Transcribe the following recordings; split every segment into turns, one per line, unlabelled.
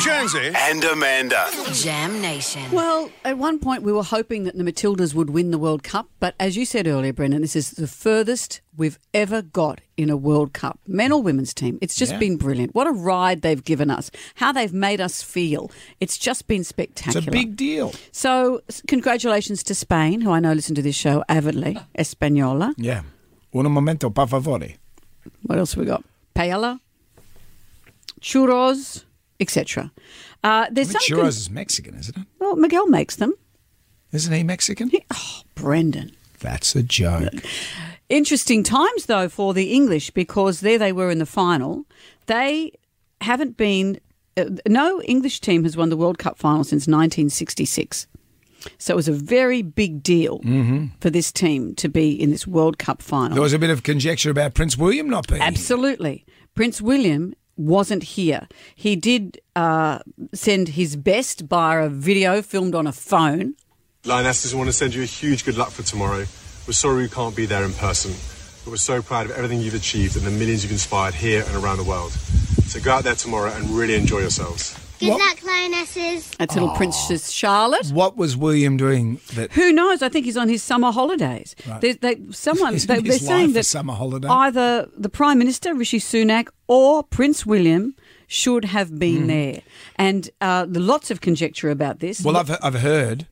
Jonesy.
and Amanda.
Jam Nation.
Well, at one point we were hoping that the Matildas would win the World Cup, but as you said earlier, Brendan, this is the furthest we've ever got in a World Cup, men or women's team. It's just been brilliant. What a ride they've given us, how they've made us feel. It's just been
It's
spectacular.
a big deal.
So, s- congratulations to Spain, who I know listen to this show avidly, Española.
Yeah. Un momento, por favore.
What else have we got? Paella, churros, etc. Uh, there's some
Churros is Mexican, isn't it?
well, Miguel makes them. oh,
Isn't he Mexican?
Brendan.
That's a joke.
Interesting times, though, for the English because there they were in the final. They haven't been, uh, no English team has won the World Cup final since 1966. So it was a very big deal for this team to be in this World Cup final.
There was a bit of conjecture about Prince William not being.
Absolutely. Prince William wasn't here. He did uh, send his best via a video filmed on a phone.
Lionesses want to send you a huge good luck for tomorrow. We're sorry we can't be there in person, but we're so proud of everything you've achieved and the millions you've inspired here and around the world. So go out there tomorrow and really enjoy yourselves.
Good
What?
luck, lionesses.
That's little Princess Charlotte.
What was William doing that
Who knows? I think he's on his summer holidays. They, they, someone
Isn't
they,
his
they're saying
life a
that
summer holiday?
either the Prime Minister Rishi Sunak or Prince William should have been
Hmm.
there, and uh, lots of conjecture about this.
Well, I've, I've heard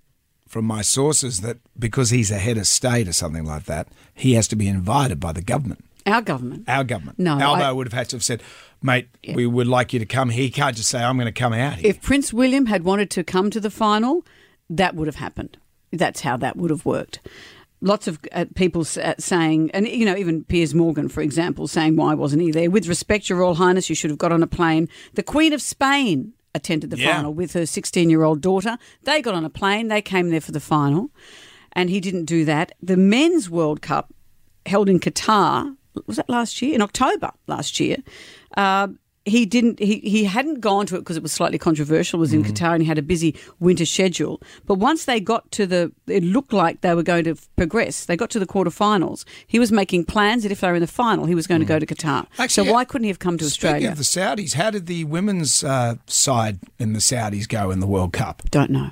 from my sources that because he's a head of state or something like that, he has to be invited by the government,
our government.
our government.
No,
Albo
I-
would have had to have said, mate, we would like you to come here. He can't just say, I'm going to come out here.
If Prince William had wanted to come to the final, that would have happened. That's how that would have worked. Lots of uh, people s- uh, saying, and you know, even Piers Morgan, for example, saying, "Why wasn't he there?" With respect, Your Royal Highness, you should have got on a plane. The Queen of Spain attended the
Yeah.
final with her 16-year-old daughter. They got on a plane. They came there for the final, and he didn't do that. The Men's World Cup held in Qatar was that last year in October last year. Uh, he didn't. He, he hadn't gone to it because it was slightly controversial. Was in
Mm.
Qatar and he had a busy winter schedule. But once they got to the, it looked like they were going to f- progress. They got to the quarterfinals. He was making plans that if they were in the final, he was going to go to Qatar.
Mm. Actually,
so why couldn't he have come to
Speaking
Australia?
of the Saudis, how did the women's uh, side in the Saudis go in the World Cup?
Don't know.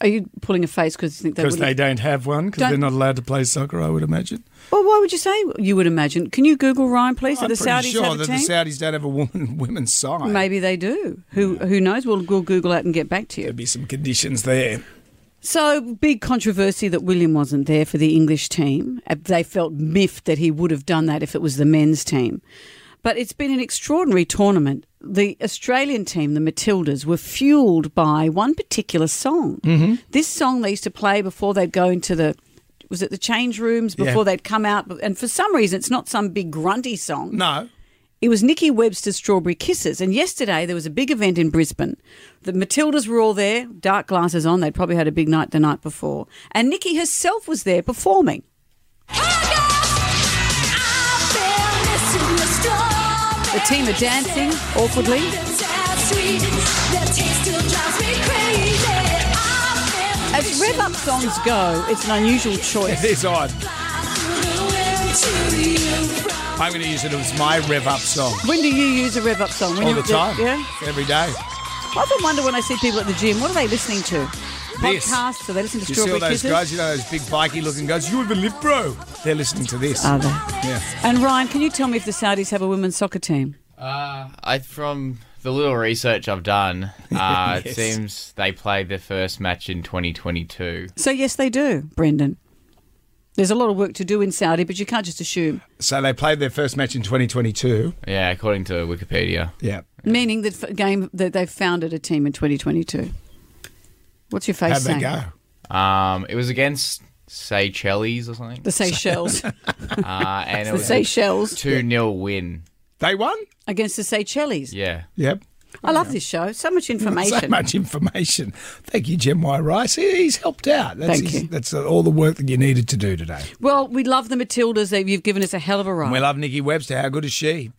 Are you pulling a face because you think they?
Because
Would
they don't have one, because
Don't-
they're not allowed to play soccer, I would imagine.
well, why would you say you would imagine? Can you Google Ryan, please?
I'm
that the
pretty
Saudis
sure
have a
that
team?
the Saudis don't have a woman, women's side.
Maybe they do. Who who knows? We'll, we'll Google it and get back to you.
There'd be some conditions there.
So, big controversy that William wasn't there for the English team. Uh, They felt miffed that he would have done that if it was the men's team. But it's been an extraordinary tournament. The Australian team, the Matildas, were fueled by one particular song. Mm-hmm. This song they used to play before they'd go into the. Was it the change rooms before they'd come out? And for some reason, it's not some big grunty song.
No.
It was Nikki Webster's Strawberry Kisses. And yesterday there was a big event in Brisbane. The Matildas were all there, dark glasses on. They'd probably had a big night the night before. And Nikki herself was there performing.
The team are dancing awkwardly.
As rev up songs go, it's an unusual
It
choice.
is odd. I'm going to use it as my rev up song.
When do you use a rev up song? When
All the
you're-
time.
Yeah.
Every day.
I often wonder when I see people at the gym, what are they listening to?
This.
Podcasts? So they listen to
You see all
Strawberry
those
Kisses?
guys, you know, those big bikey looking guys, you even live, bro. They're listening to this.
Are they?
yeah.
And Ryan, can you tell me if the Saudis have a women's soccer team?
Uh, I from the little research I've done, uh, it seems they played their first match in 2022.
So, yes, they do, Brendan. There's a lot of work to do in Saudi, but you can't just assume.
So they played their first match in 2022.
Yeah, according to Wikipedia.
Yeah.
Meaning that f- game that they founded a team in 2022. What's your face
How'd they
saying?
go?
Um, it was against Seychelles or something,
The Seychelles.
uh, and it
the
was a
Seychelles
two 0 win.
They won?
against the Seychelles.
Yeah,
Yep.
I love this show. So much information.
So much information. Thank you, Jim Y. Rice. He- He's helped out. That's,
Thank
his-
you.
that's all the work that you needed to do today.
Well, we love the Matildas. They- You've given us a hell of a ride.
And we love Nikki Webster. How good is she?